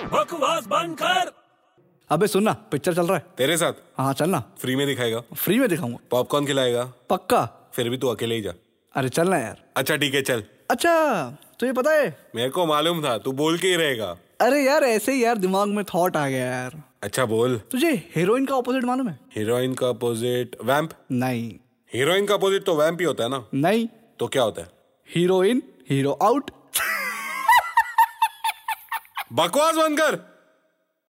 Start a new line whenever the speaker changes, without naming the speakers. आवाज बंद कर
अबे सुन ना पिक्चर चल रहा है
तेरे साथ
हाँ चल ना
फ्री में दिखाएगा
फ्री में दिखाऊंगा
पॉपकॉर्न खिलाएगा
पक्का
फिर भी तू अकेले ही जा
अरे चल ना यार
अच्छा ठीक है चल
अच्छा तुझे पता है
मेरे को मालूम था तू बोल के ही रहेगा
अरे यार ऐसे ही यार दिमाग में थॉट आ गया यार
अच्छा बोल
तुझे हीरोइन का ऑपोजिट मालूम है
हीरोइन का अपोजिट वैम्प
नहीं
हीरोइन का अपोजिट तो वैम्प ही होता है ना
नहीं
तो क्या होता है
हीरोइन हीरो आउट
बकवास बंद कर